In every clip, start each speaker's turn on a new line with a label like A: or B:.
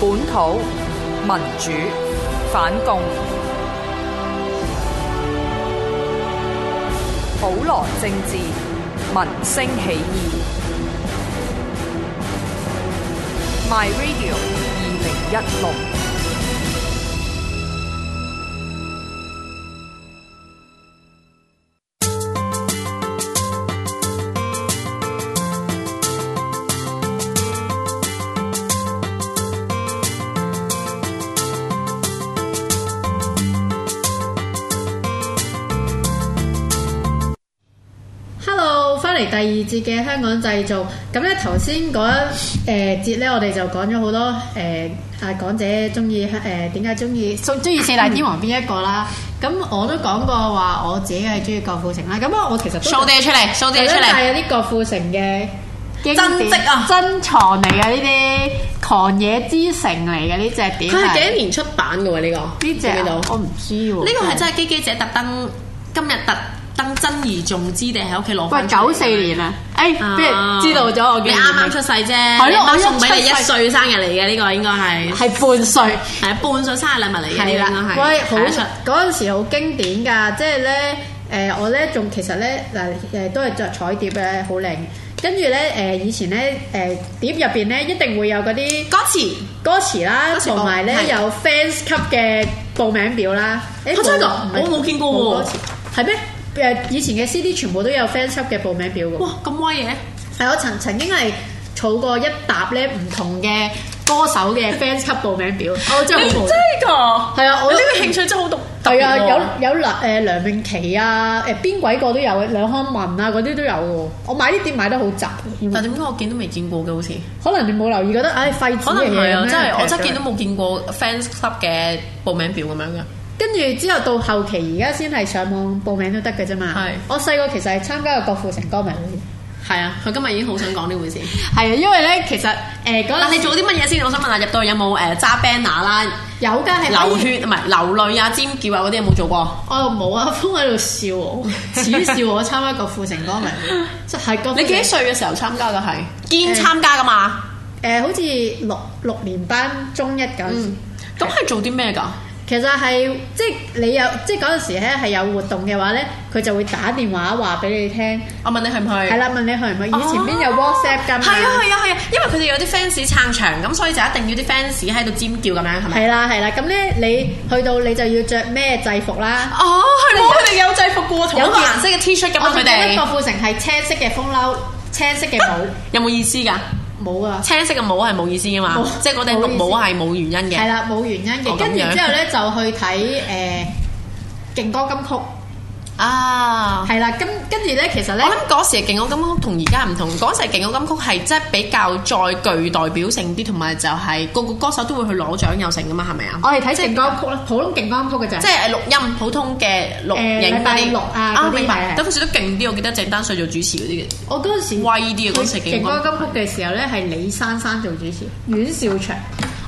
A: 本土民主反共，普羅政治民聲起義。My Radio 二零一六。
B: Hello，翻嚟第二節嘅香港製造。咁咧頭先嗰一誒節咧，我哋就講咗好多誒啊港姐中意香誒點解中意中中意四大天王邊一個啦。咁我都講過話我自己係中意郭富城啦。咁啊，我其實都
C: show 啲嘢出嚟，show 啲嘢出
B: 係
C: 嚟，
B: 有啲郭富城嘅經典
C: 真跡啊珍藏嚟嘅呢啲狂野之城嚟嘅呢只碟
D: 佢係幾
C: 係。
D: 多年出版嘅喎？呢個
C: 呢只
D: 知唔知道
C: 我唔知喎，
D: 呢個係真係基基姐特登今日特登珍而重之地喺屋企攞
C: 喂
D: 翻。
C: 九四年啊，誒，
D: 啊，
C: 不如知道咗我嘅
D: 你啱啱出世啫，
C: 咯
D: 係
C: 我一
D: 送俾你一
C: 出世
D: 歲生日嚟嘅呢個應該係
C: 係半歲，
D: 係半歲生日禮物嚟嘅
B: 係
D: 呢
B: 啦
D: 個應該係。啊
B: 喂，好
D: 睇得出
B: 嗰陣時好經典㗎，即係咧誒，我咧仲其實咧嗱誒都係着彩碟咧，好靚。跟住咧誒，以前咧誒碟入邊咧一定會有嗰啲
D: 歌詞，
B: 歌詞啦，
D: 詞簿哦
B: 同埋咧
D: 係
B: 有 fans 級嘅報名表啦。誒
D: 嚇真係㗎
B: 報唔係
D: 我冇見過喎
B: 冇歌詞係咩？誒以前嘅 CD 全部都有 fans 級嘅報名表㗎喎。
D: 哇咁威嘅，
B: 係我曾曾經係儲過一沓咧唔同嘅歌手嘅 fans 級報名 表，我哦真係好無聊。
D: 係㗎。
B: 係啊，我
D: 你呢個興趣真係好獨特
B: 係啊，
D: 喎
B: 有有梁誒梁詠琪啊，誒邊鬼個都有，梁漢文啊嗰啲都有嘅喎。我買啲碟買得好雜，
D: 但點解我見都未見過嘅好似？
B: 可能你冇留意，覺得唉廢紙
D: 可能
B: 嘅
D: 係
B: 嘢咁
D: 啊，
B: 樣
D: 真係我真
B: 劈
D: 係
B: 咗
D: 見都冇見過 fans club 嘅報名表咁樣嘅。
B: 跟住之後到後期而家先係上網報名都得嘅啫嘛。
D: 係
B: 我細個其實係參加過郭富城歌迷會，
D: 係啊，佢今日已經好想講呢回事。
C: 係啊，因為咧其實
B: 誒嗰
D: 但
B: 陣
D: 你
B: 時
D: 做啲乜嘢先？我想問啊下，入到去有冇誒揸 banner 啦、
B: 有㗎係
D: 流，血唔係流淚啊、尖叫啊嗰啲有冇做過？
B: 我又冇啊，阿峰喺度笑 我，恥笑我參加郭富城歌迷會，即係郭富
D: 你
B: 城
D: 幾歲嘅時候參加嘅係？兼參加噶嘛？
B: 誒好似六六年班中一嗰陣時。
D: 嗯，咁係做啲咩㗎？
B: 其實係即係你有即係嗰陣時咧係有活動嘅話咧，佢就會打電話話俾你聽，
D: 我問你去唔去？
B: 係啦問你去唔去？以前邊有
D: 哦
B: WhatsApp 㗎嘛？
D: 係啊係啊係啊，因為佢哋有啲 fans 撐場，咁所以就一定要啲 fans 喺度尖叫咁樣，係咪？
B: 係啦係啦，咁咧你去到你就要着咩制服啦？
D: 哦，係喎，佢哋有制服嘅喎，同一
B: 有
D: 個
B: 件
D: 顏色嘅 T 恤咁
B: 我
D: 啊，佢
B: 仲記得
D: 哋
B: 郭富城係青色嘅風褸，青色嘅帽，
D: 有冇意思㗎？
B: 冇啊，
D: 青色嘅帽係冇意思㗎嘛
B: 哦冇，
D: 即係嗰頂綠帽係冇原因
B: 係
D: 嘅。
B: 啦冇原因嘅。
D: 哦
B: 跟住
D: 咁樣
B: 之後咧就去睇誒勁歌金曲，
D: 啊，
B: 係啦，咁跟住咧其實咧
D: 我。諗嗰時嘅勁歌金曲同而家唔同，嗰時嘅勁歌金曲係即係比較再具代表性啲，同埋就係個個歌手都會去攞獎有成㗎嘛，係咪啊？
B: 我哋睇勁歌曲啦，普通勁歌曲嘅咋
D: 即。係錄音普通嘅錄
B: 誒禮
D: 影嗰
B: 拜
D: 啲
B: 六啊嗰啲
D: 明白。
B: 係
D: 咁嗰時都勁啲，我記得鄭丹瑞做主持嗰啲嘅，
B: 我嗰陣時
D: 威啲嘅嗰時
B: 勁
D: 勁
B: 歌金
D: 歌。
B: 曲嘅時候咧，係李珊珊做主持，阮兆祥。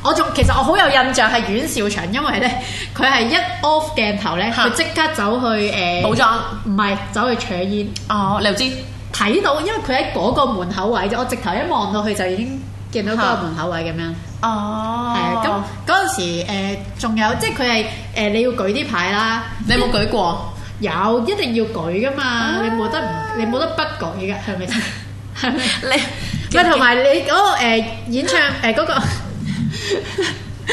B: 我仲其實我好有印象係阮兆祥，因為咧 佢係一 off 鏡頭咧，
D: 嚇
B: 佢即刻走去誒
D: 補妝
B: 唔係走去搶煙，
D: 哦，你又知
B: 睇到因為佢喺嗰個門口位啫，我直頭一望到佢就已經見到嗰個門口位咁樣。係
D: 哦
B: 啊，咁嗰陣時誒仲有即係佢係誒你要舉啲牌啦，
D: 咁你有冇 舉過？
B: 有一定要舉噶嘛，你冇得唔你冇得不舉嘅係 咪先？係咪？
D: 你
B: 喂，同埋你嗰個誒演唱誒嗰個，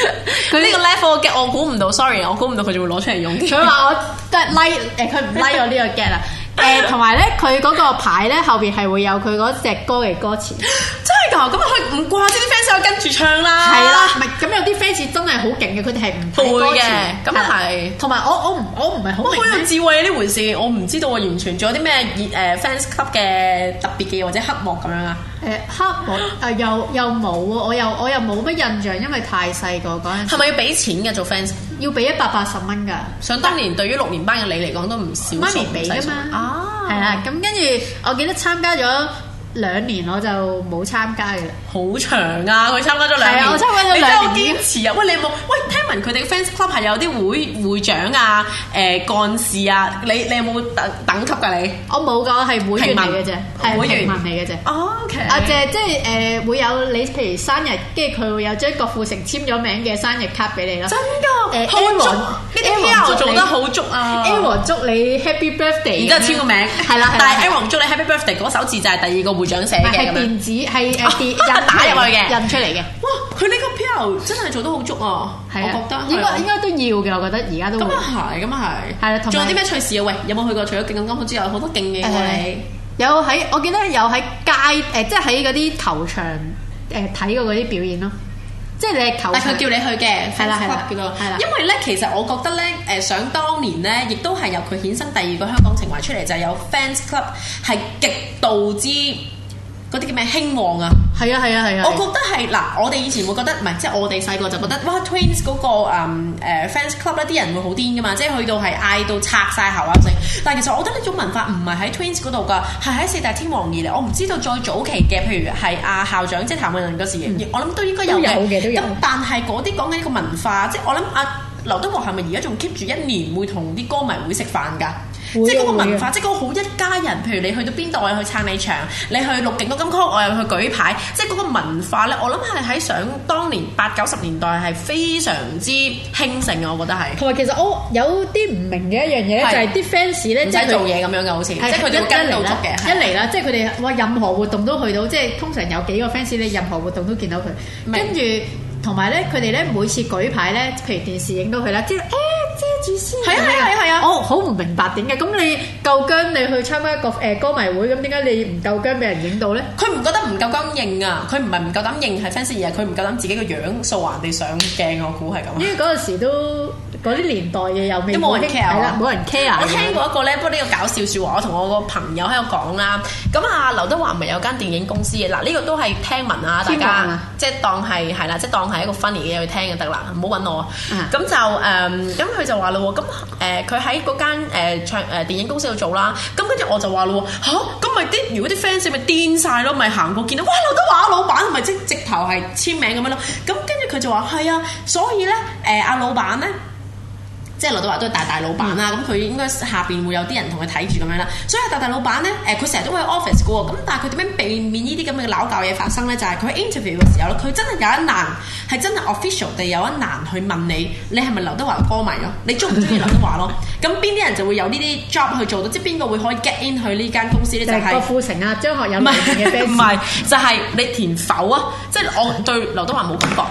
D: 佢呢個 level 我 get 我估唔到，sorry，我估唔到佢就會攞出嚟用。
B: 佢話我都係 like 誒，佢唔 like 我呢個 get 啊。誒，同埋咧，佢嗰個牌咧後邊係會有佢嗰隻歌嘅歌詞，
D: 真係㗎，咁啊佢唔怪之啲 fans 有跟住唱啦。
B: 係啦，唔係咁有啲 fans 真係好勁嘅，佢哋係唔
D: 會
B: 睇歌詞
D: 嘅，咁
B: 係啦
D: 係。
B: 同埋我我唔我唔係好
D: 我好
B: 明
D: 有
B: 咧，
D: 智慧呢回事，我唔知道我完全仲有啲咩熱誒 fans club 嘅呃特別嘅嘢或者黑幕咁樣啊！
B: 誒黑幕誒又又冇喎，我又我又冇乜印象，因為太細個嗰陣時，
D: 係咪要俾錢嘅做 fans？
B: 要俾一百八十蚊㗎。
D: 想當年對於六年班嘅你嚟講都唔少數，
B: 媽咪俾
D: 唔
B: 噶
D: 使數
B: 嘛，
D: 啊，
B: 係啦，咁跟住我記得參加咗兩年，我就冇參加嘅啦。
D: 好長啊！佢參加咗兩
B: 係
D: 年，
B: 啊我參加
C: 咗
B: 咗兩
D: 你真係好
C: 兩年
D: 堅持啊！喂，你有冇？喂，聽聞佢哋 fans club 係有啲會會長啊、誒、幹事啊，你你有冇等等級㗎你？
B: 我冇㗎，我係會員嚟嘅啫
D: 平，民
B: 係
D: 會員
B: 平民嚟嘅啫。
D: 哦，OK，
B: 啊，即係即係誒會有你譬如生日，跟住佢會有張郭富城簽咗名嘅生日卡俾你咯。
D: 真㗎，
B: 誒
D: 好足，
B: Aaron，
D: 呢啲
B: Aaron
D: PR
B: 祝
D: 做
B: 你
D: 得好足啊
B: a a r o n 祝你 Happy Birthday，
D: 然之後簽個名，
B: 係啦係啦
D: 但
B: 係
D: 係
B: 啦
D: Aaron 祝你 Happy Birthday 嗰手字就係第二個會長寫
B: 唔係
D: 嘅
B: 係
D: 咁樣。
B: 電子係誒
D: 啊
B: 電印
D: 打入去嘅
B: 印出嚟嘅，
D: 哇！佢呢個 PR 真係做得好足啊，我
B: 係啊
D: 覺得
B: 應該應
D: 係啊
B: 該都要嘅，我覺得而家都
D: 咁
B: 會。
D: 啊係，咁啊係。
B: 係啦同埋
D: 仲有啲咩趣事啊？喂，有冇去過？除咗勁咁金鋪之外，好多勁嘅喎
B: 誒
D: 你。
B: 啊有喺我記得有喺街誒，即係喺嗰啲球場誒睇過嗰啲表演咯，即係你係球
D: 但
B: 場
D: 佢叫你去嘅，
B: 係啦係啦
D: fans club 叫做
B: 係啦
D: 因為咧，其實我覺得咧，誒想當年咧，亦都係由佢衍生第二個香港情懷出嚟，就係有 fans club 係極度之嗰啲叫咩興旺啊！
B: 係啊係啊係啊，
D: 我覺得係嗱，我哋以前會覺得唔係，即係我哋細個就覺得哇，Twins 嗰、個誒、嗯誒 fans club 咧，啲人會好癲噶嘛，即係去到係嗌到拆晒喉啊成。但係其實我覺得呢種文化唔係喺 Twins 嗰度㗎，係喺四大天王而嚟。我唔知道再早期嘅，譬如係阿校長即係譚詠麟嗰時，我諗都應該有
B: 嗯都有嘅都有
D: 咁但係嗰啲講緊一個文化，即係我諗阿劉德華係咪而家仲 keep 住一年會同啲歌迷會食飯㗎？
B: 會啊
D: 即係嗰個
B: 會啊
D: 文化，即係嗰個好一家人。譬如你去到邊度，我又去撐你場；你去六景嗰金曲，我又去舉牌。即係嗰個文化咧，我諗係喺想當年八九十年代係非常之興盛嘅，啊我覺得係。
B: 同埋其實我有啲唔明嘅一樣嘢咧，
D: 係
B: 就係啲 fans 咧
D: 唔
B: 即係
D: 使
B: 佢
D: 做嘢咁樣嘅，好似即係佢哋會跟到足嘅。係
B: 一嚟啦，即係佢哋哇，任何活動都去到，即係通常有幾個 fans，你任何活動都見到佢。
D: 明
B: 跟住同埋咧，佢哋咧每次舉牌咧，譬如電視影到佢啦，即係誒遮住先。
D: 係啊係啊係啊係啊
B: 我好唔明白點解咁你夠姜你去參加一個誒歌迷會，咁點解你唔夠姜俾人影到咧？
D: 佢唔覺得唔夠膽認啊！佢唔係唔夠膽認係 fans，而係佢唔夠膽自己個樣掃人哋上鏡。我估係咁。
B: 因為嗰陣時都嗰啲年代嘅又未
D: 都冇人
B: 興
D: care 啊
B: 係啦，冇人 care
D: 我
B: 嘅
D: 聽過一個咧，不過呢個搞笑説話，我同我個朋友喺度講啦。咁啊，劉德華咪有間電影公司嘅，嗱呢個都係聽聞啊，大
B: 天王
D: 家
B: 啊
D: 即係當係係啦，即係當係一個 funny 嘅嘢去聽就得啦，唔好揾我啊。
B: 啊
D: 咁就誒，咁佢就話咯喎，咁誒佢喺嗰間呃誒唱誒電影公司度做啦。咁跟住我就話咯喎，嚇咁咪啲如果啲 fans 咪癲晒咯，咪行過見到哇劉德華老闆咪即直頭係簽名咁樣咯。咁跟住佢就話係啊，所以咧誒阿老闆咧。即係劉德華都係大大老闆啦，咁佢、應該下邊會有啲人同佢睇住咁樣啦。所以大大老闆咧，誒佢成日都會喺 office 嘅喎，咁但係佢點樣避免呢啲咁嘅鬧教嘢發生咧？就係佢喺 interview 嘅時候咧，佢真係有一難係真係 official 地有一難去問你，你係咪劉德華嘅歌迷咯？你中唔中意劉德華咯？咁邊啲人就會有呢啲 job 去做到，即係邊個會可以 get in 去呢間公司咧？
B: 就
D: 就
B: 係
D: 係、
B: 郭富城啊、張學友
D: 唔
B: 嚟 嘅
D: 係
B: fans。
D: 唔係，就係、你填否啊！即係我對劉德華冇感覺，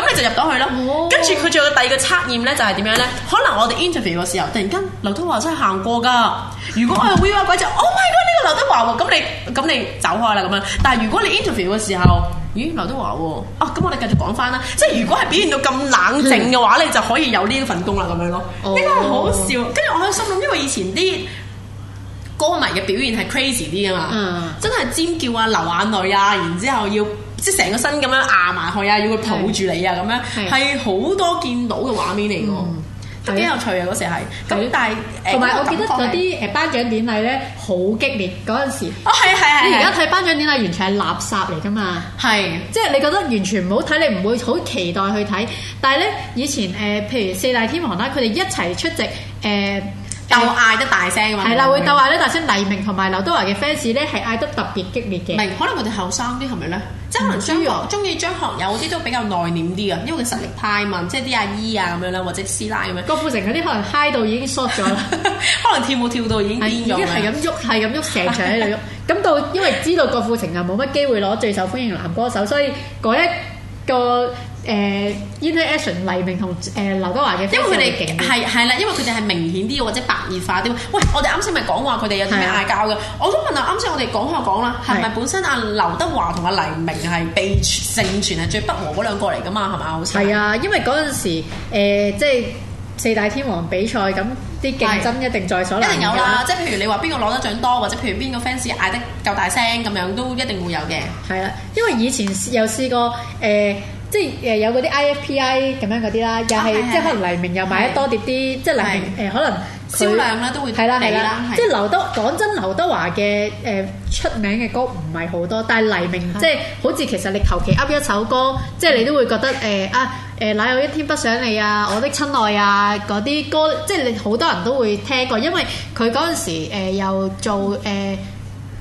D: 咁你就入到去
B: 哦
D: 咯。跟住佢仲有第二個測驗咧，就係點樣咧？可能我哋 interview 嘅時候，突然間劉德華真係行過㗎。如果我係 We Are 鬼就 Oh my God 呢個劉德華喎，咁你咁你走開啦咁樣。但係如果你 interview 嘅時候，咦劉德華喎，啊咁我哋繼續講翻啦。即係如果係表現到咁冷靜嘅話，你就可以有呢份工啦咁樣咯。
B: 哦
D: 呢個係好笑。跟住我喺心諗，因為以前啲歌迷嘅表現係 crazy 啲㗎嘛。
B: 嗯
D: 真係尖叫啊、流眼淚啊，然之後要即係成個身咁樣壓埋去啊，要佢抱住你啊，咁
B: 嗯係嗯
D: 樣係好多見到嘅畫面嚟嘅喎，都幾有趣啊！嗰時係咁
B: 係，
D: 但係誒啊
B: 同埋我記得
D: 嗰個
B: 嗰
D: 感覺係
B: 啲誒頒獎典禮咧好激烈嗰陣時，
D: 哦係
B: 你而
D: 係
B: 家
D: 係
B: 睇頒獎典禮完全係垃圾嚟噶嘛，
D: 係
B: 即係你覺得完全唔好睇，你唔會好期待去睇。但係咧以前誒、呃譬如四大天王啦，佢哋一齊出席誒。呃
D: 鬥嗌得大聲啊嘛，
B: 係啦，會鬥嗌咧，但先黎明同埋劉德華嘅 fans 咧係嗌得特別激烈嘅。
D: 明，可能佢哋後生啲係咪咧？
B: 啊
D: 即係可能張學中意張學友嗰啲都比較內斂啲啊嘅，因為佢實力派嘛，即係啲阿姨啊咁樣啦，或者師奶咁樣，
B: 郭富城嗰啲可能嗨到已經 short 咗啦，
D: 可能跳舞跳到已經
B: 係已
D: 癲
B: 經
D: 咗
B: 係
D: 啦
B: 咁喐，係咁喐，成場喺 度喐。咁到因為知道郭富城啊冇乜機會攞最受歡迎男歌手，所以嗰一個誒 interaction 黎明同誒劉德華嘅 fans
D: 因為佢
B: 係勁
D: 哋
B: 啲
D: 係係啦，因為佢哋係明顯啲或者白熱化啲。喂，我哋啱先咪講話佢哋有啲咩嗌交嘅？我都問下啱先我哋講下講啦，係咪
B: 啊係
D: 本身阿劉德華同阿黎明係被盛傳係最不和嗰兩個嚟㗎嘛？係咪好似
B: 係啊，因為嗰陣時、呃、即係四大天王比賽，咁啲競爭一定在所難
D: 一定有
B: 免㗎
D: 啦，。即係譬如你話邊個攞得獎多，或者譬如邊個 fans 嗌得夠大聲咁樣，都一定會有嘅。
B: 係啦，因為以前有試過誒、呃即係誒有嗰啲 IFPI 咁樣嗰啲啦，又係
D: 啊係
B: 即係可能黎明又買得多碟啲，即係黎明誒可能佢
D: 銷量咧都會
B: 係啦係
D: 比
B: 啦
D: 啦，
B: 即係劉德講真，劉德華嘅誒出名嘅歌唔係好多，但係黎明即係好似其實你求其噏一首歌，即係你都會覺得誒啊誒哪有一天不想你啊，我的親愛啊嗰啲歌，即係你好多人都會聽過，因為佢嗰陣時誒又做誒。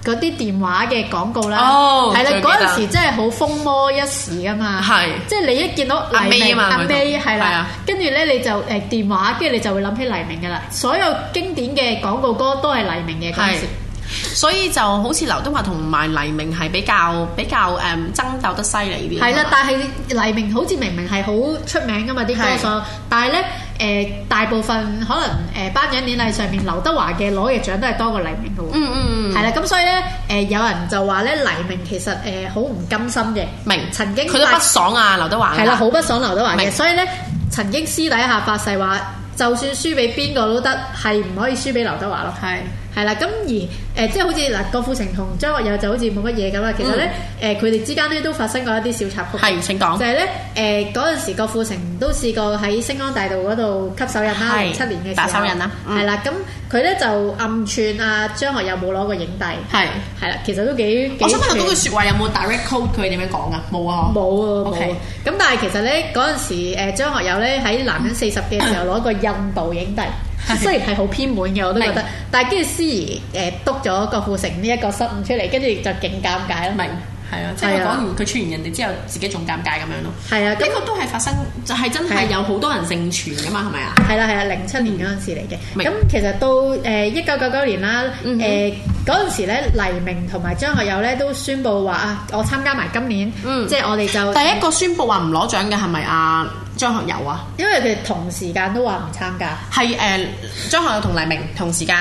B: 嗰啲電話嘅廣告啦，
D: 哦
B: 係啦、
D: 最記得
B: 嗰陣時真係好風魔一時噶嘛，
D: 係
B: 即係你一見到
D: 阿
B: 黎
D: May 啊
B: 明
D: 嘛
B: 阿 May
D: 佢同
B: 係
D: 係
B: 啦
D: 啊，
B: 跟住咧你就誒電話，跟住你就會諗起黎明嘅啦。所有經典嘅廣告歌都係黎明嘅嗰陣
D: 係
B: 時，。
D: 所以就好似劉德華同埋黎明係比較比較誒、爭鬥得犀利啲。
B: 係啦。
D: 嘛
B: 但係黎明好似明明係好出名噶嘛啲歌
D: 係
B: 手，但係咧誒大部分可能誒、頒獎典禮上面劉德華嘅攞嘅獎都係多過黎明嘅喎。
D: 嗯嗯嗯，
B: 係啦，咁所以咧，誒、有人就話咧，黎明其實誒好唔甘心嘅，
D: 明
B: 曾經
D: 佢都不爽啊，劉德華
B: 係啦，好不爽劉德華嘅，
D: 明
B: 所以咧曾經私底下發誓話，就算輸俾邊個都得，係唔可以輸俾劉德華咯。
D: 係
B: 係啦，咁而誒、呃即係好似嗱，郭富城同張學友就好似冇乜嘢咁啦。其實咧，誒佢哋之間咧都發生過一啲小插曲。
D: 嗯係請講
B: 就係咧，誒嗰陣時郭富城都試過喺星光大道嗰度吸手印啦，
D: 係
B: 零七年嘅時候。
D: 白手印啦嗯
B: 係啦，咁佢咧就暗串啊張學友冇攞過影帝。
D: 係。
B: 係啦，其實都幾幾
D: 我想問下
B: 串
D: 嗰句説話有冇 direct code 佢點樣講噶？冇啊，
B: 冇啊冇
D: OK
B: 啊。咁但係其實咧嗰陣時，誒張學友咧喺男 人四十嘅時候攞個印度影帝。雖然係好偏門嘅，我都覺得
D: 明，
B: 但係跟住思怡誒督咗郭富城呢一個失誤出嚟，跟住就勁尷尬啦。
D: 明係啊，即係
B: 係
D: 佢講
B: 啊
D: 完佢串完人哋之後，自己仲尷尬咁樣咯。
B: 係啊，
D: 呢
B: 咁
D: 個都係發生，就係真係
B: 係
D: 有好多人盛傳噶嘛，係咪啊？
B: 係啦係啦，零七年嗰陣時嚟嘅。
D: 明
B: 咁其實到誒一九九九年啦，
D: 嗯哼
B: 誒嗰陣時咧，黎明同埋張學友咧都宣布話啊，我參加埋今年，
D: 嗯
B: 即係我哋就
D: 第一個宣佈話唔攞獎嘅係咪啊張學友啊？
B: 因為佢哋同時間都話唔參加。
D: 係誒、張學友同黎明同時間，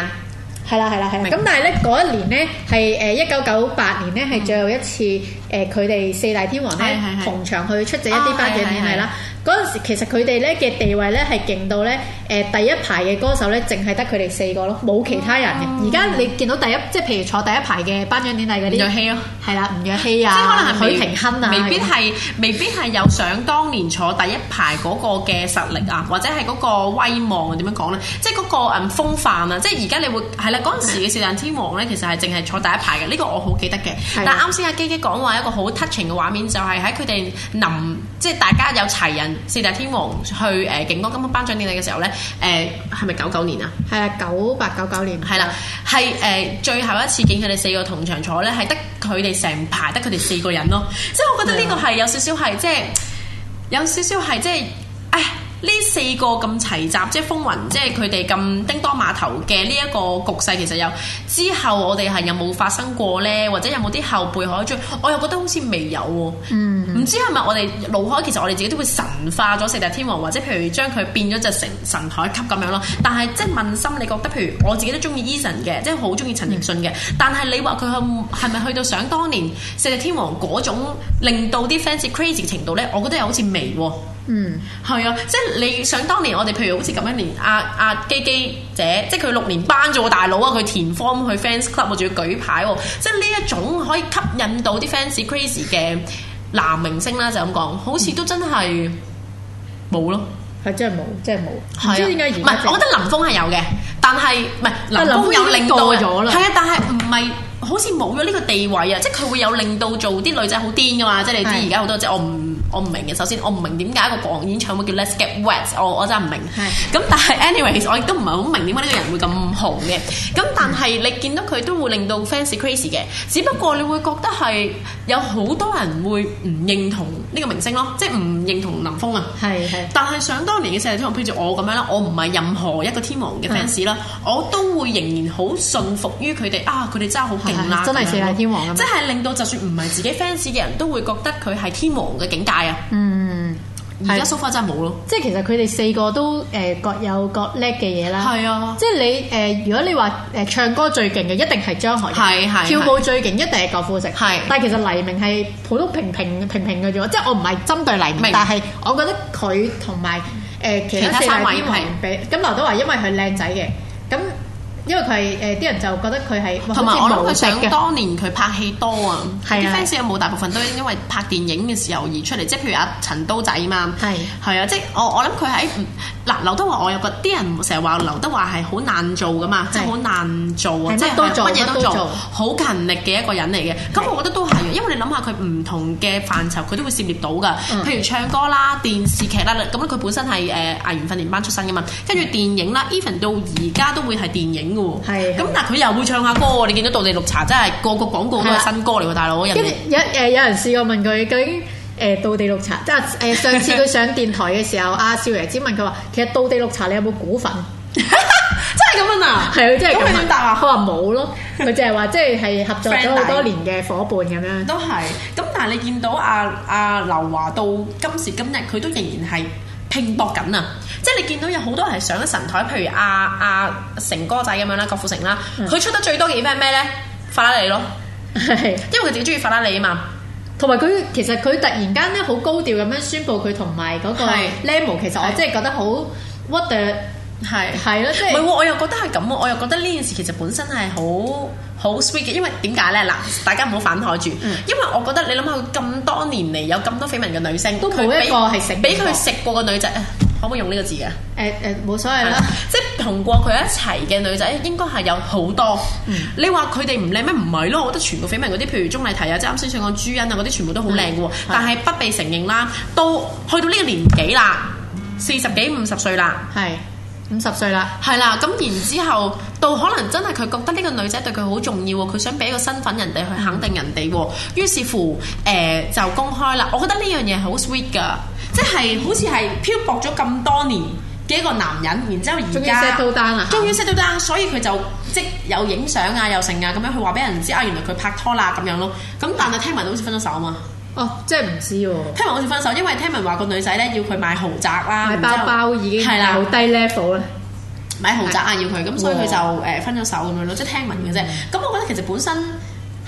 B: 係啦，係啦，係啦。
D: 明
B: 咁但係咧嗰一年咧係誒一九九八年咧係最後一次誒佢哋四大天王咧
D: 係係係
B: 同場去出席一啲頒獎典禮啦。嗰陣時其實佢哋咧嘅地位咧係勁到咧誒第一排嘅歌手咧，淨係得佢哋四個咯，冇其他人嘅。而家你見到第一即係譬如坐第一排嘅頒獎典禮嗰
D: 吳若
B: 啲，
D: 希咯。
B: 係啦，吳若希
D: 即係
B: 啊，
D: 可能係未
B: 許廷鏗啊，
D: 未必係未必係有想當年坐第一排嗰個嘅實力啊，或者係嗰個威望啊點樣講咧？即係嗰個誒風範啊！即係而家你會係啦，嗰陣時嘅四大天王咧，其實係淨係坐第一排嘅，呢、個我好記得嘅
B: 係。
D: 但啱先阿基基講話一個好 touching 嘅畫面，就係喺佢哋臨即係大家有齊人四大天王去誒景光金曲頒獎典禮嘅時候咧，誒係咪九九年啊？
B: 係啦，九八九九年
D: 係啦，係誒、最後一次見佢哋四個同場坐咧，係得佢哋成排得佢哋四個人咯。即係我覺得呢個係有少少係即係有少少係即係，唉，呢四個咁齊集，即係風雲，即係佢哋咁叮當碼頭嘅呢一個局勢，其實有之後我哋係有冇發生過咧，或者有冇啲後輩可以追？我又覺得好似未有喎。唔知係咪我哋腦海其實我哋自己都會神化咗四大天王，或者譬如將佢變咗就成神台級咁樣咯。但係即係問心，你覺得譬如我自己都中意 Eason 嘅，即係好中意陳奕迅嘅。但係你話佢係係咪去到想當年四大天王嗰種令到啲 fans crazy 嘅程度咧？我覺得又好似未喎。
B: 嗯，
D: 係啊，即係你想當年我哋譬如好似咁一年，阿阿基基姐，即係佢六年班啫喎，大佬啊，佢填 form 去 fans club，我仲要舉牌喎，即係呢一種可以吸引到啲 fans crazy 嘅男明星啦，就咁講，好似都真係冇咯。
B: 係真係冇，真係
D: 係
B: 冇，唔
D: 啊，
B: 知點解而
D: 唔係
B: 家，
D: 我覺得林峰係有嘅，但係唔係
B: 但
D: 林
B: 林峰
D: 峰有
B: 已經
D: 令到
B: 過咗啦
D: 係啊，但係唔係好似冇咗呢個地位啊，即係佢會有令到做啲女仔好癲噶嘛，即係你知
B: 係
D: 而家好多即係我唔我唔明嘅，首先我唔明點解一個港演唱會叫 Let's Get Wet，我我真係唔明。
B: 係
D: 咁但係 anyways，我亦都唔係好明點解呢個人會咁紅嘅。咁但係你見到佢都會令到 fans crazy 嘅，只不過你會覺得係有好多人會唔認同呢個明星咯，即係唔認同林峰啊。
B: 係係。
D: 但係想當年嘅四大天王，譬如我咁樣啦，我唔係任何一個天王
B: 嗯
D: 嘅 fans 啦，我都會仍然好信服於佢哋啊！佢哋真係好勁啦，
B: 係係真係四大天王咁樣
D: 即係令到就算唔係自己 fans 嘅人都會覺得佢係天王嘅境界啊！
B: 嗯，
D: 而
B: 係
D: 家 so far 真係冇咯，
B: 即係其實佢哋四個都誒、呃各有各叻嘅嘢啦。
D: 係啊，
B: 即係你誒、呃如果你話誒、呃唱歌最勁嘅一定係張學友，
D: 係係
B: 跳舞最勁一定係郭富城，
D: 係
B: 但係其實黎明係普通平平平平嘅啫喎，即係我唔係針對黎明
D: 明，
B: 但係我覺得佢同埋誒其
D: 其
B: 他
D: 他
B: 四大
D: 三位
B: 天王
D: 係
B: 比，咁劉德華因為佢靚仔嘅，咁因為佢係誒啲人就覺得佢係哇
D: 同埋我
B: 好似
D: 諗
B: 無
D: 佢
B: 敵
D: 想
B: 嘅。
D: 當年佢拍戲多啊，
B: 係
D: 啲
B: 啊
D: fans 有冇大部分都因為拍電影嘅時候而出嚟，即係譬如阿陳刀仔嘛，
B: 係
D: 係啊，即係我我諗佢喺嗱，劉德華我有個啲人成日話劉德華係好難做噶嘛，即係好難做啊，
B: 係
D: 即係
B: 乜都做
D: 乜嘢
B: 乜
D: 都
B: 都
D: 做
B: 做，
D: 好勤力嘅一個人嚟嘅。咁我覺得都係嘅，因為你諗下佢唔同嘅範疇佢都會涉獵到噶，
B: 嗯
D: 譬如唱歌啦、電視劇啦，咁佢本身係誒呃藝員訓練班出身噶嘛，跟住
B: 嗯
D: 電影啦，even 到而家都會係電影嘅喎。
B: 係
D: 咁，但係佢又會唱下歌喎，你見到道地綠茶真係個個廣告都係新歌嚟喎，大佬人
B: 跟
D: 哋
B: 住。有誒有人試過問佢究竟誒道地綠茶，即係誒呃上次佢上電台嘅時候，阿少爺子問佢話，其實道地綠茶你有冇股份？
D: 真係咁 樣啊！
B: 係佢真係
D: 咁
B: 咁
D: 佢點答啊
B: 佢話冇咯，佢就係話即係係合作咗好多
D: Friend 底
B: 年嘅伙伴咁樣。
D: 都係，咁但係你見到阿阿劉華到今時今日，佢都仍然係拼搏緊啊！即係你見到有好多人係上咗神台，譬如阿阿成哥仔咁樣啦，郭富城啦，
B: 嗯
D: 佢出得最多嘅 event 咩咧？法拉利咯，
B: 係
D: 因為佢自己中意法拉利啊嘛。
B: 同埋佢其實佢突然間咧好高調咁樣宣布佢同埋嗰個
D: 係
B: Lemo，其實我
D: 係
B: 真係覺得好 what the
D: 係
B: 係咯，即
D: 唔係
B: 係
D: 喎，我又覺得係咁喎，我又覺得呢件事其實本身係好好 sweet 嘅，因為點解咧？嗱，大家唔好反台住，
B: 嗯
D: 因為我覺得你諗下佢咁多年嚟有咁多緋聞嘅女星，
B: 都冇
D: 佢俾
B: 一個係食
D: 俾
B: 過
D: 佢食過嘅女仔，可唔可以用呢個字啊嘅？
B: 誒誒冇所謂
D: 係
B: 啦
D: 啦，，即係同過佢一齊嘅女仔應該係有好多。你話佢哋唔靚咩？唔係咯，我覺得全部緋聞嗰啲，譬如鍾麗緹啊，即係啱先想講朱茵啊嗰啲，全部都好靚嘅喎。但係不被承認啦，到去到呢個年紀啦，四十幾五十歲啦。
B: 係五十歲啦，
D: 係啦，咁然之後到可能真係佢覺得呢個女仔對佢好重要喎，佢想俾個身份人哋去肯定人哋喎，於是乎誒、呃就公開啦。我覺得呢樣嘢係好 sweet 噶，即係好似係漂泊咗咁多年嘅一個男人，然之後而
B: 終於
D: 家
B: settle down 啦
D: 終於 settle down，所以佢就即有影相啊，又成啊咁樣，佢話俾人知啊，原來佢拍拖啦咁樣咯。咁但係聽聞好似分咗手啊嘛，
B: 哦，即係唔知喎。
D: 聽聞好似分手，因為聽聞話個女仔咧要佢買豪宅啦，
B: 買
D: 然之後
B: 包包已經
D: 係
B: 係
D: 啦
B: 好低 level 啦，
D: 買豪宅啊要佢，咁所以佢
B: 哇
D: 就誒分咗手咁樣咯，即係聽聞嘅啫。咁我覺得其實本身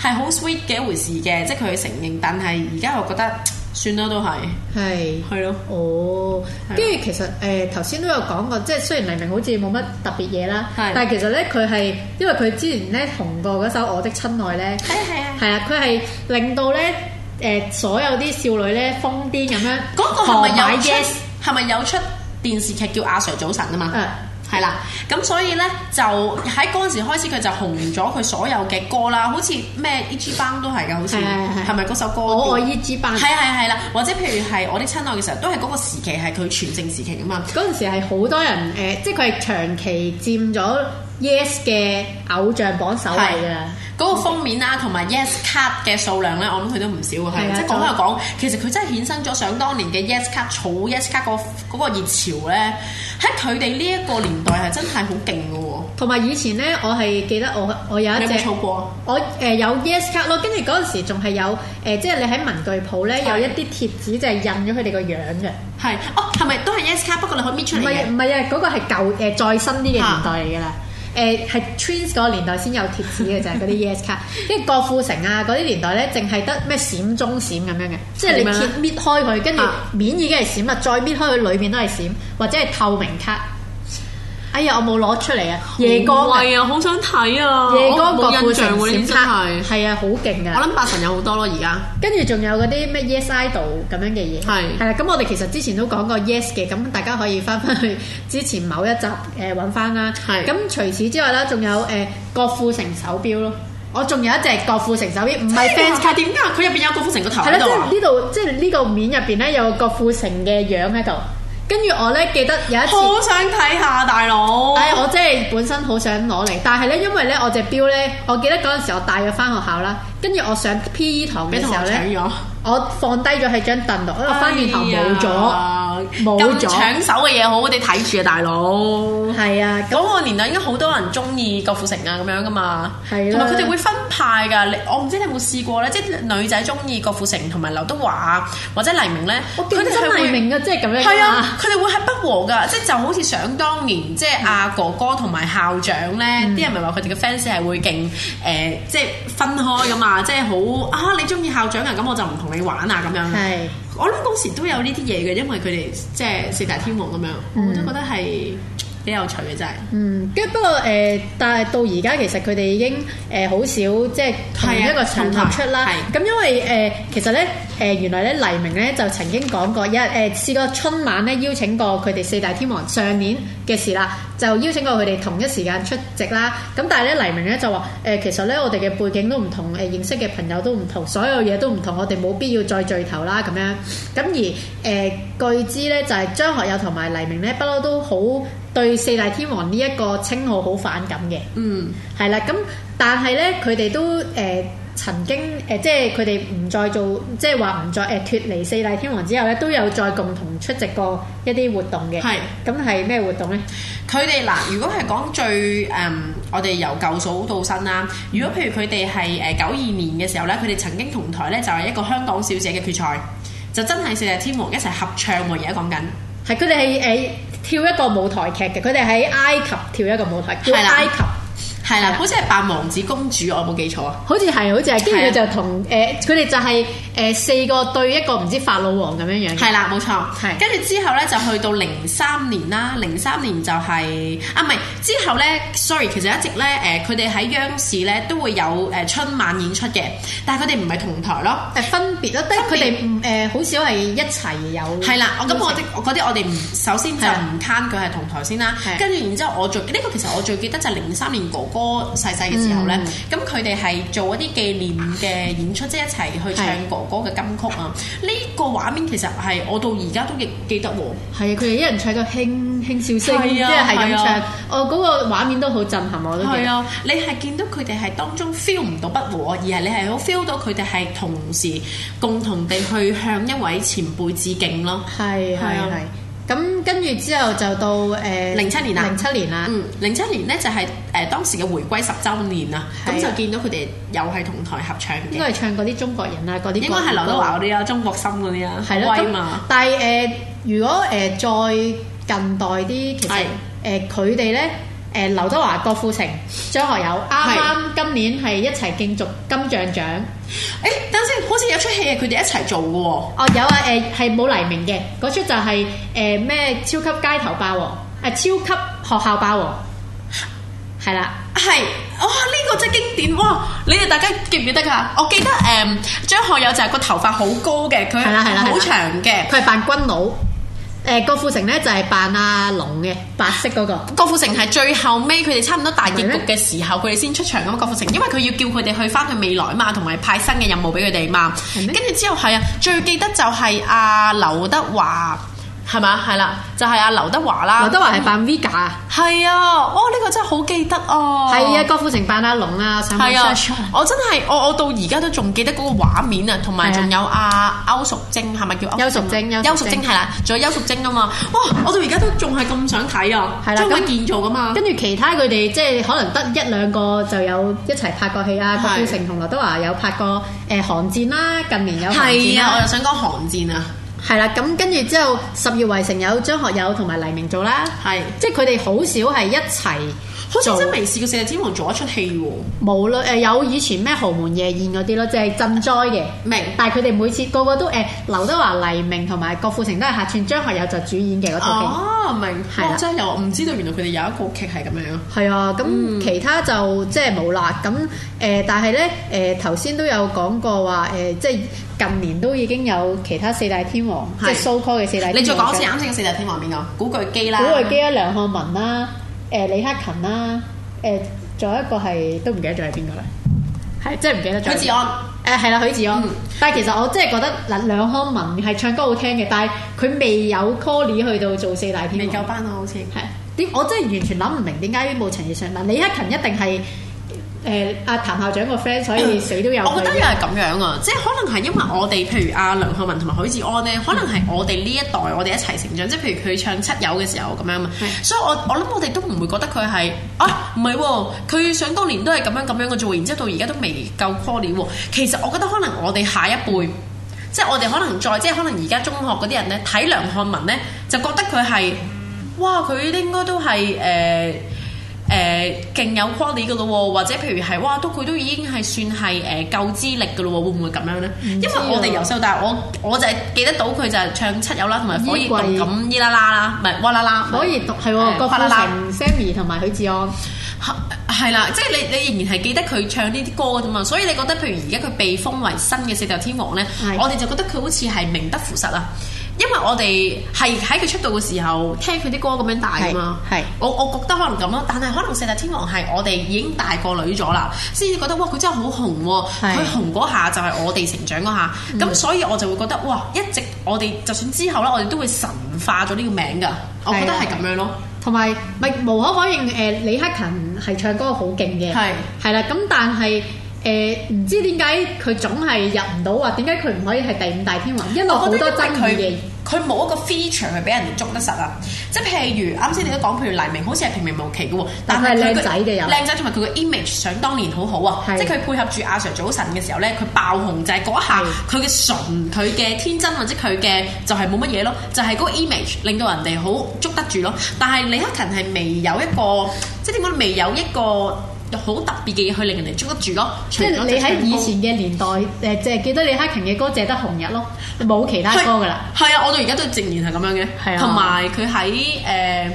D: 係好 sweet 嘅一回事嘅，即係佢承認，但係而家我覺得算啦，都係
B: 係。
D: 係咯，
B: 哦，
D: 係啊
B: 跟住其實誒頭先都有講過，即係雖然黎明好似冇乜特別嘢啦，
D: 係
B: 但係其實咧佢係因為佢之前咧紅過嗰首《我的親愛》咧，
D: 係啊係啊
B: 係啊，佢係令到咧誒所有啲少女咧瘋癲咁樣，
D: 嗰個係
B: 狂買
D: 咪有出
B: yes？
D: 係咪有出電視劇叫《阿 Sir 早晨》啊嘛？
B: 嗯
D: 係啦，咁所以咧就喺嗰陣時開始，佢就紅咗佢所有嘅歌啦，好似咩 E G 班都係㗎，好似
B: 係係係
D: 係咪嗰首歌？
B: 我愛 E G 班
D: 係係係啦，或者譬如係我的親愛嘅時候，都係嗰個時期係佢全盛時期啊嘛。
B: 嗰陣時係好多人誒，即係佢係長期佔咗 yes 嘅偶像榜首位
D: 係
B: 㗎。
D: 嗰個封面啦，同埋 Yes Card 嘅數量咧，我諗佢都唔少
B: 係
D: 嘅，係
B: 啊
D: 即係講開又講，其實佢真係衍生咗想當年嘅 Yes Card 儲 Yes Card 嗰嗰個熱潮咧，喺佢哋呢一個年代係真係好勁嘅喎。
B: 同埋以前咧，我係記得我我有一
D: 你有
B: 隻
D: 冇。儲過？啊
B: 我誒、呃有 yes 卡咯，跟住嗰陣時仲係有誒、呃即係你喺文具鋪咧
D: 係
B: 有一啲貼紙就係印咗佢哋個樣嘅，
D: 係哦，係咪都係 Yes Card？不過你可以搣出
B: 唔
D: 嚟
B: 係
D: 嘅
B: 唔係啊，嗰、個係舊誒、呃再新啲嘅年代嚟㗎啦。誒係 Twins 嗰個年代先有貼紙嘅就 係嗰啲 yes 卡，因為郭富城啊嗰啲年代咧，淨係得咩閃中閃咁樣嘅，即係你
D: 點樣
B: 貼搣開佢，跟住
D: 啊
B: 面已經係閃啦，再搣開佢裏面都係閃，或者係透明卡。哎呀，我冇攞出嚟啊！夜光啊，夜
C: 啊，好想睇
D: Ờ,
C: 啊！
B: 光
C: 我
B: 郭
C: 冇
B: 富
C: 印象
B: 城
C: 喎，呢啲
B: 閃
C: 真
B: 卡
C: 係。
B: 係啊，好勁㗎！
D: 我諗八神有好多咯，而家
B: 跟住仲有嗰啲咩 Yes Idol 咁樣嘅嘢，
C: 係
B: 係啦。咁我哋其實之前都講過 Yes 嘅，咁大家可以翻翻去之前某一集誒揾翻啦。
C: 係
B: 咁除此之外啦，仲有誒郭富城手錶咯。我仲有一隻郭富城手錶，唔係 fans 卡，
D: 卡點解佢入邊有郭富城個頭
B: 係啦，即
D: 喺度啊
B: 係？呢度即係呢個面入邊咧有個郭富城嘅樣喺度。跟住我咧記得有一次。
D: 好想睇下大佬，
B: 唉，哎我真係本身好想攞嚟，但係咧，因為咧我隻錶咧，我記得嗰陣時我帶咗翻學校啦，跟住我上 P.E. 堂嘅
D: 俾
B: 時
D: 同學
B: 候咧
D: 搶。咗，
B: 我放低咗喺張凳度，我翻轉頭冇咗，
D: 咗
B: 冇咗
D: 咁搶手嘅嘢，好好地睇住啊，大佬。
B: 係啊，咁
D: 嗰個年代應該好多人中意郭富城啊咁樣噶嘛，
B: 係
D: 同
B: 啦
D: 埋佢哋會分派㗎。你我唔知你有冇試過咧，即係女仔中意郭富城同埋劉德華啊或者黎明咧，
B: 我
D: 佢
B: 見
D: 哋係
B: 真黎
D: 會
B: 明嘅，即係咁樣
D: 係
B: 㗎嘛
D: 啊，，佢哋會係不和㗎，即係就好似想當年即係阿哥哥同埋校長咧，啲人咪話佢哋嘅 fans 係會勁誒，即係分開㗎嘛，即係好啊你中意校長啊，咁我就唔同你玩啊咁樣。
B: 係
D: 我諗嗰時都有呢啲嘢嘅，因為佢哋即係四大天王咁樣，我都覺得係幾有趣嘅真係。
B: 嗯，跟住不過誒，但係到而家其實佢哋已經誒好少即係同一個場合出
D: 係
B: 啦
D: 啊。
B: 咁因為誒其實咧呃原來咧黎明咧就曾經講過，有人誒試過春晚咧邀請過佢哋四大天王上年嘅事啦，就邀請過佢哋同一時間出席啦。咁但係咧黎明咧就話誒、其實咧我哋嘅背景都唔同，誒、認識嘅朋友都唔同，所有嘢都唔同，我哋冇必要再聚頭啦咁樣。咁而誒、據知咧就係、張學友同埋黎明咧不嬲都好對四大天王呢一個稱號好反感嘅。
D: 嗯，
B: 係啦，咁但係咧，佢哋都誒、呃曾經誒、呃即係佢哋唔再做，即係話唔再誒脱離四大天王之後咧，都有再共同出席過一啲活動嘅。
D: 係
B: 咁係咩活動咧？
D: 佢哋嗱，如果係講最誒、嗯我哋由舊數到新啦。如果譬如佢哋係誒九二年嘅時候咧，佢哋曾經同台咧就係一個香港小姐嘅決賽，就真係四大天王一齊合唱喎。而家講緊。
B: 係佢哋係誒跳一個舞台劇嘅，佢哋喺埃及跳一個舞台，叫
D: 係啦
B: 埃及。
D: 係
B: 係
D: 啦
B: 啦，
D: 好似係扮王子公主，我有冇記錯啊？
B: 好似係，好似係，跟住
D: 係
B: 佢
D: 啊
B: 就同誒，佢哋就係誒四個對一個唔知法老王咁樣樣嘅。
D: 係啦，冇錯。
B: 係
D: 跟住之後咧，就去到零三年啦。零三年就係、啊，唔係之後咧，sorry，其實一直咧誒，呃佢哋喺央視咧都會有誒、呃春晚演出嘅，但係佢哋唔係同台咯。
B: 誒分別咯，即係佢哋唔誒好少係一齊有。
D: 係啦，我咁我的我嗰啲我哋唔首先就
B: 係啊
D: 唔攤佢係同台先啦
B: 係，
D: 跟住然之後我最呢、個其實我最記得就係零三年哥哥細細嘅時候咧
B: 嗯，
D: 咁佢哋係做一啲紀念嘅演出，即係一齊去唱
B: 係
D: 哥哥嘅金曲啊！呢、個畫面其實係我到而家都記記得喎，
B: 係啊，佢哋一人唱個輕輕笑聲，即
D: 係啊
B: 係係咁
D: 係
B: 唱
D: 啊。
B: 哦，嗰個畫面都好震撼，我都記得。
D: 啊，你係見到佢哋係當中 feel 唔到不和，而係你係好 feel 到佢哋係同時共同地去向一位前輩致敬咯。
B: 係係
D: 係啊
B: 係。咁跟住之後就到誒
D: 07年啦
B: 零七年啊啦。
D: 嗯，零七年咧就係、誒、當時嘅回歸十週年啊，
B: 係啊
D: 咁就見到佢哋又係同台合唱嘅，
B: 應該係唱嗰啲中國人啊，嗰啲
D: 應該係劉德華嗰啲啊，中國心嗰啲啊，
B: 係咯。
D: 好威
B: 咁
D: 嘛，
B: 但係誒，如果誒再近代啲，其實
D: 係
B: 誒佢哋咧誒劉德華、郭富城、張學友啱啱今年係一齊競逐金像獎。
D: 誒、等陣，好似有出戲係佢哋一齊做嘅
B: 哦，有啊，誒係冇黎明嘅，嗰出就係誒咩超級街頭霸王，啊超級學校霸王，係啦，
D: 喎，係，哇、呢、個真係經典哇！你哋大家記唔記得㗎？我記得誒、張學友就係個頭髮好高嘅，佢
B: 係啦係啦係啦
D: 好長嘅。
B: 佢係扮軍佬，誒、郭富城咧就係扮阿龍嘅，白色嗰、個。
D: 郭富城係最後尾佢哋差唔多大結
B: 係咩
D: 局嘅時候，佢哋先出場咁。郭富城因為佢要叫佢哋去翻去未來嘛，同埋派新嘅任務俾佢哋嘛。
B: 係
D: 跟
B: 咩
D: 住之後係啊，最記得就係阿劉德華係嘛？係啦，就係阿劉德華啦。
B: 劉德華係扮 Vega 啊，
D: 係啊，哦呢個真係好記得啊。
B: 係啊，郭富城扮阿龍啊，上網
D: 係啊
B: search，
D: 我真係我我到而家都仲記得嗰個畫面啊，同
B: 係
D: 埋
B: 啊
D: 仲有阿歐淑晶係咪叫歐淑晶
B: 邱淑貞
D: 啊
B: 邱淑貞
D: 邱淑晶係啦，仲有邱淑晶啊嘛，哇！我到而家都仲係咁想睇啊，
B: 係啦
D: 張
B: 咁
D: 衛健做噶嘛。
B: 跟住其他佢哋即係可能得一兩個就有一齊拍過戲啊，
D: 係
B: 郭富城同劉德華有拍過誒、寒戰啦，近年有寒戰
D: 係
B: 啦
D: 啊，我。又想講寒戰啊，
B: 係啦，咁跟住之後，十月圍城有張學友同埋黎明做啦，
D: 係
B: 即係佢哋好少係一齊
D: 好
B: 做
D: 似真未試過四大天王做一出戲喎，
B: 無論誒有以前咩豪門夜宴嗰啲咯，即係賑災嘅。
D: 明
B: 但係佢哋每次個個都誒，劉德華、黎明同埋郭富城都係客串，張學友就主演嘅嗰套
D: 哦，明，
B: 係啦
D: 我真係有唔知道，原來佢哋有一個劇係咁樣。
B: 戲。係啊，咁其他就即係冇啦。咁誒、但係咧誒，頭先都有講過話誒、即係近年都已經有其他四大天王，即係
D: 係
B: so call 嘅四大天王。
D: 你再講一次啱先嘅四大天王邊個？古巨基啦，
B: 古巨基啦、梁漢文啦、誒、李克勤啦、誒、仲有一個係都唔記得咗係邊個啦，係真係唔記得咗。
D: 許志安，
B: 誒呃係啦，許志安。
D: 嗯
B: 但係其實我真係覺得嗱，梁漢文係唱歌好聽嘅，但係佢未有 Colly 去到做四大
D: 未
B: 天
D: 夠
B: 王。
D: 班啊，好似。
B: 係點？我真係完全諗唔明點解冇陳奕迅嗱，李克勤一定係誒阿譚校長個 friend，所以死都有
D: 我
B: 佢
D: 覺得又係咁樣啊，即係可能係因為我哋，譬如阿梁漢文同埋許志安
B: 嗯
D: 咧，可能係我哋呢一代，我哋一齊成長，即係譬如佢唱《七友》嘅時候咁樣嘛，
B: 嗯
D: 所以我我諗我哋都唔會覺得佢係啊，唔係喎，佢想當年都係咁樣咁樣嘅啫喎，然之後到而家都未夠 call 料喎。其實我覺得可能我哋下一輩，即係我哋可能再即係可能而家中學嗰啲人咧睇梁漢文咧，就覺得佢係哇，佢應該都係誒。誒勁有 quality 嘅咯喎，或者譬如係哇，都佢都已經係算係誒夠資歷嘅咯喎，會唔會咁樣咧？因
B: 啊
D: 為我哋由細到大，我我就係記得到佢就係唱七友啦，同埋火熱
B: 衣櫃
D: 動感伊啦啦啦，唔係哇啦啦，
B: 可以讀係
D: 誒
B: 喎，郭
D: 法
B: 富
D: 啦啦
B: 城、Sammy 同埋許志安。
D: 係啦，即係你你仍然係記得佢唱呢啲歌啫嘛，所以你覺得譬如而家佢被封為新嘅四大天王咧
B: 係，
D: 我哋就覺得佢好似係名不符實啊，因為我哋係喺佢出道嘅時候聽佢啲歌咁樣大啊嘛，
B: 係係
D: 我我覺得可能咁咯，但係可能四大天王係我哋已經大個女咗啦，先至覺得哇佢真係好紅喎、
B: 係嗯
D: 佢紅嗰下就係我哋成長嗰下，咁、所以我就會覺得哇一直我哋就算之後啦，我哋都會神化咗呢個名㗎，我覺得係咁樣咯，
B: 同埋咪無可否認誒、呃李克勤係唱歌好勁嘅，
D: 係
B: 係啦，咁但係誒唔知點解佢總係入唔到啊？點解佢唔可以係第五大天王？一路好多
D: 我覺得
B: 爭
D: 因
B: 議嘅
D: 為，佢佢冇一個 feature 去俾人哋捉得實啊！即係譬如啱先你都講，譬如黎明好似係平平無奇嘅喎，
B: 但
D: 係
B: 係
D: 佢個
B: 靚仔嘅又
D: 靚仔同埋佢嘅 image 想當年好好啊！
B: 係
D: 即係佢配合住阿 Sir 早晨嘅時候咧，佢爆紅就係嗰一下佢嘅純、佢嘅天真或者佢嘅就係冇乜嘢咯，就係、嗰個 image 令到人哋好捉得住咯。但係李克勤係未有一個即係點講，未有一個好特別嘅嘢去令人哋捉得住咯。
B: 即係你喺以前嘅年代誒，淨、係記得李克勤嘅歌，淨係得紅日咯，冇其他歌噶啦。
D: 係係啊，我到而家都仍然係咁樣嘅。
B: 係啊
D: 同埋佢喺誒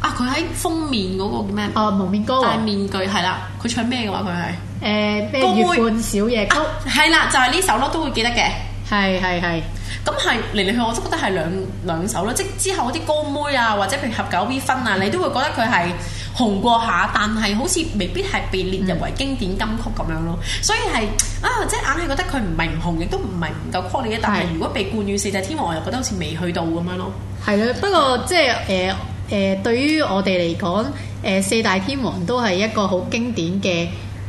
D: 啊，佢喺封面嗰個叫咩？
B: 哦，蒙面歌
D: 戴
B: 王
D: 面具係啦，佢唱咩嘅話佢係
B: 誒咩
D: 高妹
B: 月半小夜曲，
D: 啊係啦，就係呢首咯，都會記得嘅。
B: 係係係。
D: 咁係嚟嚟去去，我都覺得係兩兩首咯。即之後嗰啲高妹啊，或者譬如合久必分啊，
B: 嗯
D: 你都會覺得佢係紅過下，但係好似未必係被列入為經典金曲咁樣
B: 嗯
D: 咯。所以係啊，即係硬係覺得佢唔係唔紅，亦都唔係唔夠 quality 嘅。但係
B: 係
D: 如果被冠以四大天王，我又覺得好似未去到咁樣咯。
B: 係啦，不過即係誒誒，對於我哋嚟講，誒、四大天王都係一個好經典嘅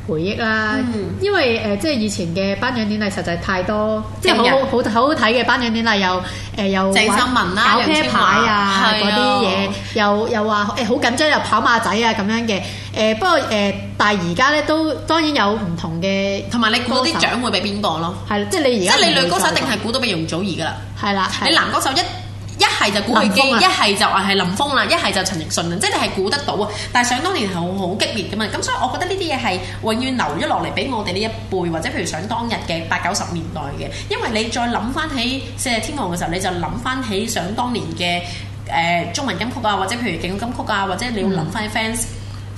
B: 回憶啦。
D: 嗯
B: 因為誒、呃即係以前嘅頒獎典禮實在太 多，即係好
D: 勁人
B: 好好好睇嘅頒獎典禮又誒、又
D: 啊鄭秀文啦
B: 搞
D: 梁
B: 啤
D: 千嬅
B: 牌啊
D: 係
B: 嗰
D: 啊
B: 啲嘢，又又話呃誒好緊張又跑馬仔啊咁樣嘅。誒、不過誒、呃但係而家咧都當然有唔同嘅歌手，
D: 同埋你估到啲獎會俾邊個咯？
B: 係啦，即係你
D: 即
B: 而家
D: 係你女歌手一定
B: 係
D: 係估到俾容祖兒噶啦，
B: 係啦，係
D: 你
B: 啦
D: 男歌手一一係就古巨基，
B: 林峰啊
D: 一係就係林峰啦，一係就陳奕迅啦，即係你係估得到啊！但係想當年係好好激烈噶嘛，咁所以我覺得呢啲嘢係永遠留咗落嚟俾我哋呢一輩，或者譬如想當日嘅八九十年代嘅，因為你再諗翻起四大天王嘅時候，你就諗翻起想當年嘅誒、呃中文金曲啊，或者譬如勁歌金曲啊，或者
B: 嗯
D: 你要諗翻起 fans、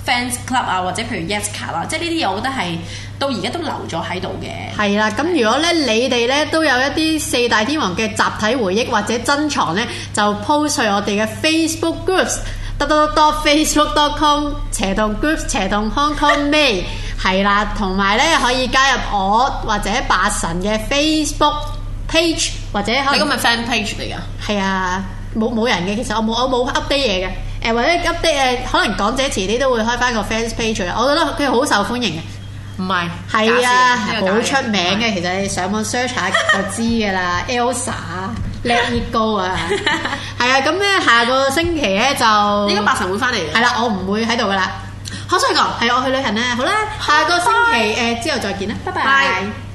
D: fans club 啊，或者譬如 Yes 卡啊，即係呢啲嘢，我覺得係到而家都留咗喺度嘅。
B: 係啦，咁如果咧你哋咧都有一啲四大天王嘅集體回憶或者珍藏咧，就 post 去我哋嘅 Facebook groups。得得得 facebook.com 斜洞 group 斜洞 Hong Kong May 係啦，同埋咧可以加入我或者八神嘅 Facebook page 或者可
D: 你
B: 能
D: 今日 fan page 嚟㗎？
B: 係啊，冇冇人嘅，其實我冇我冇 update 嘢嘅，誒、或者 update 誒可能港姐遲啲都會開翻個 fans page 嘅我覺得佢好受歡迎嘅。
D: 唔係，
B: 係啊，
D: 假
B: 好
D: 笑呢個假
B: 出
D: 笑
B: 名嘅，其實你上網 search 下就知㗎 啦。Elsa 叻熱高啊，係啊，咁咧下個星期咧就
D: 應該
B: 係
D: 八神會翻嚟嘅。
B: 啦，我唔會喺度㗎啦，
D: 可真係㗎？
B: 係我去旅行啦。好啦，下個星期誒之後再見啦，拜
D: 拜
B: 拜。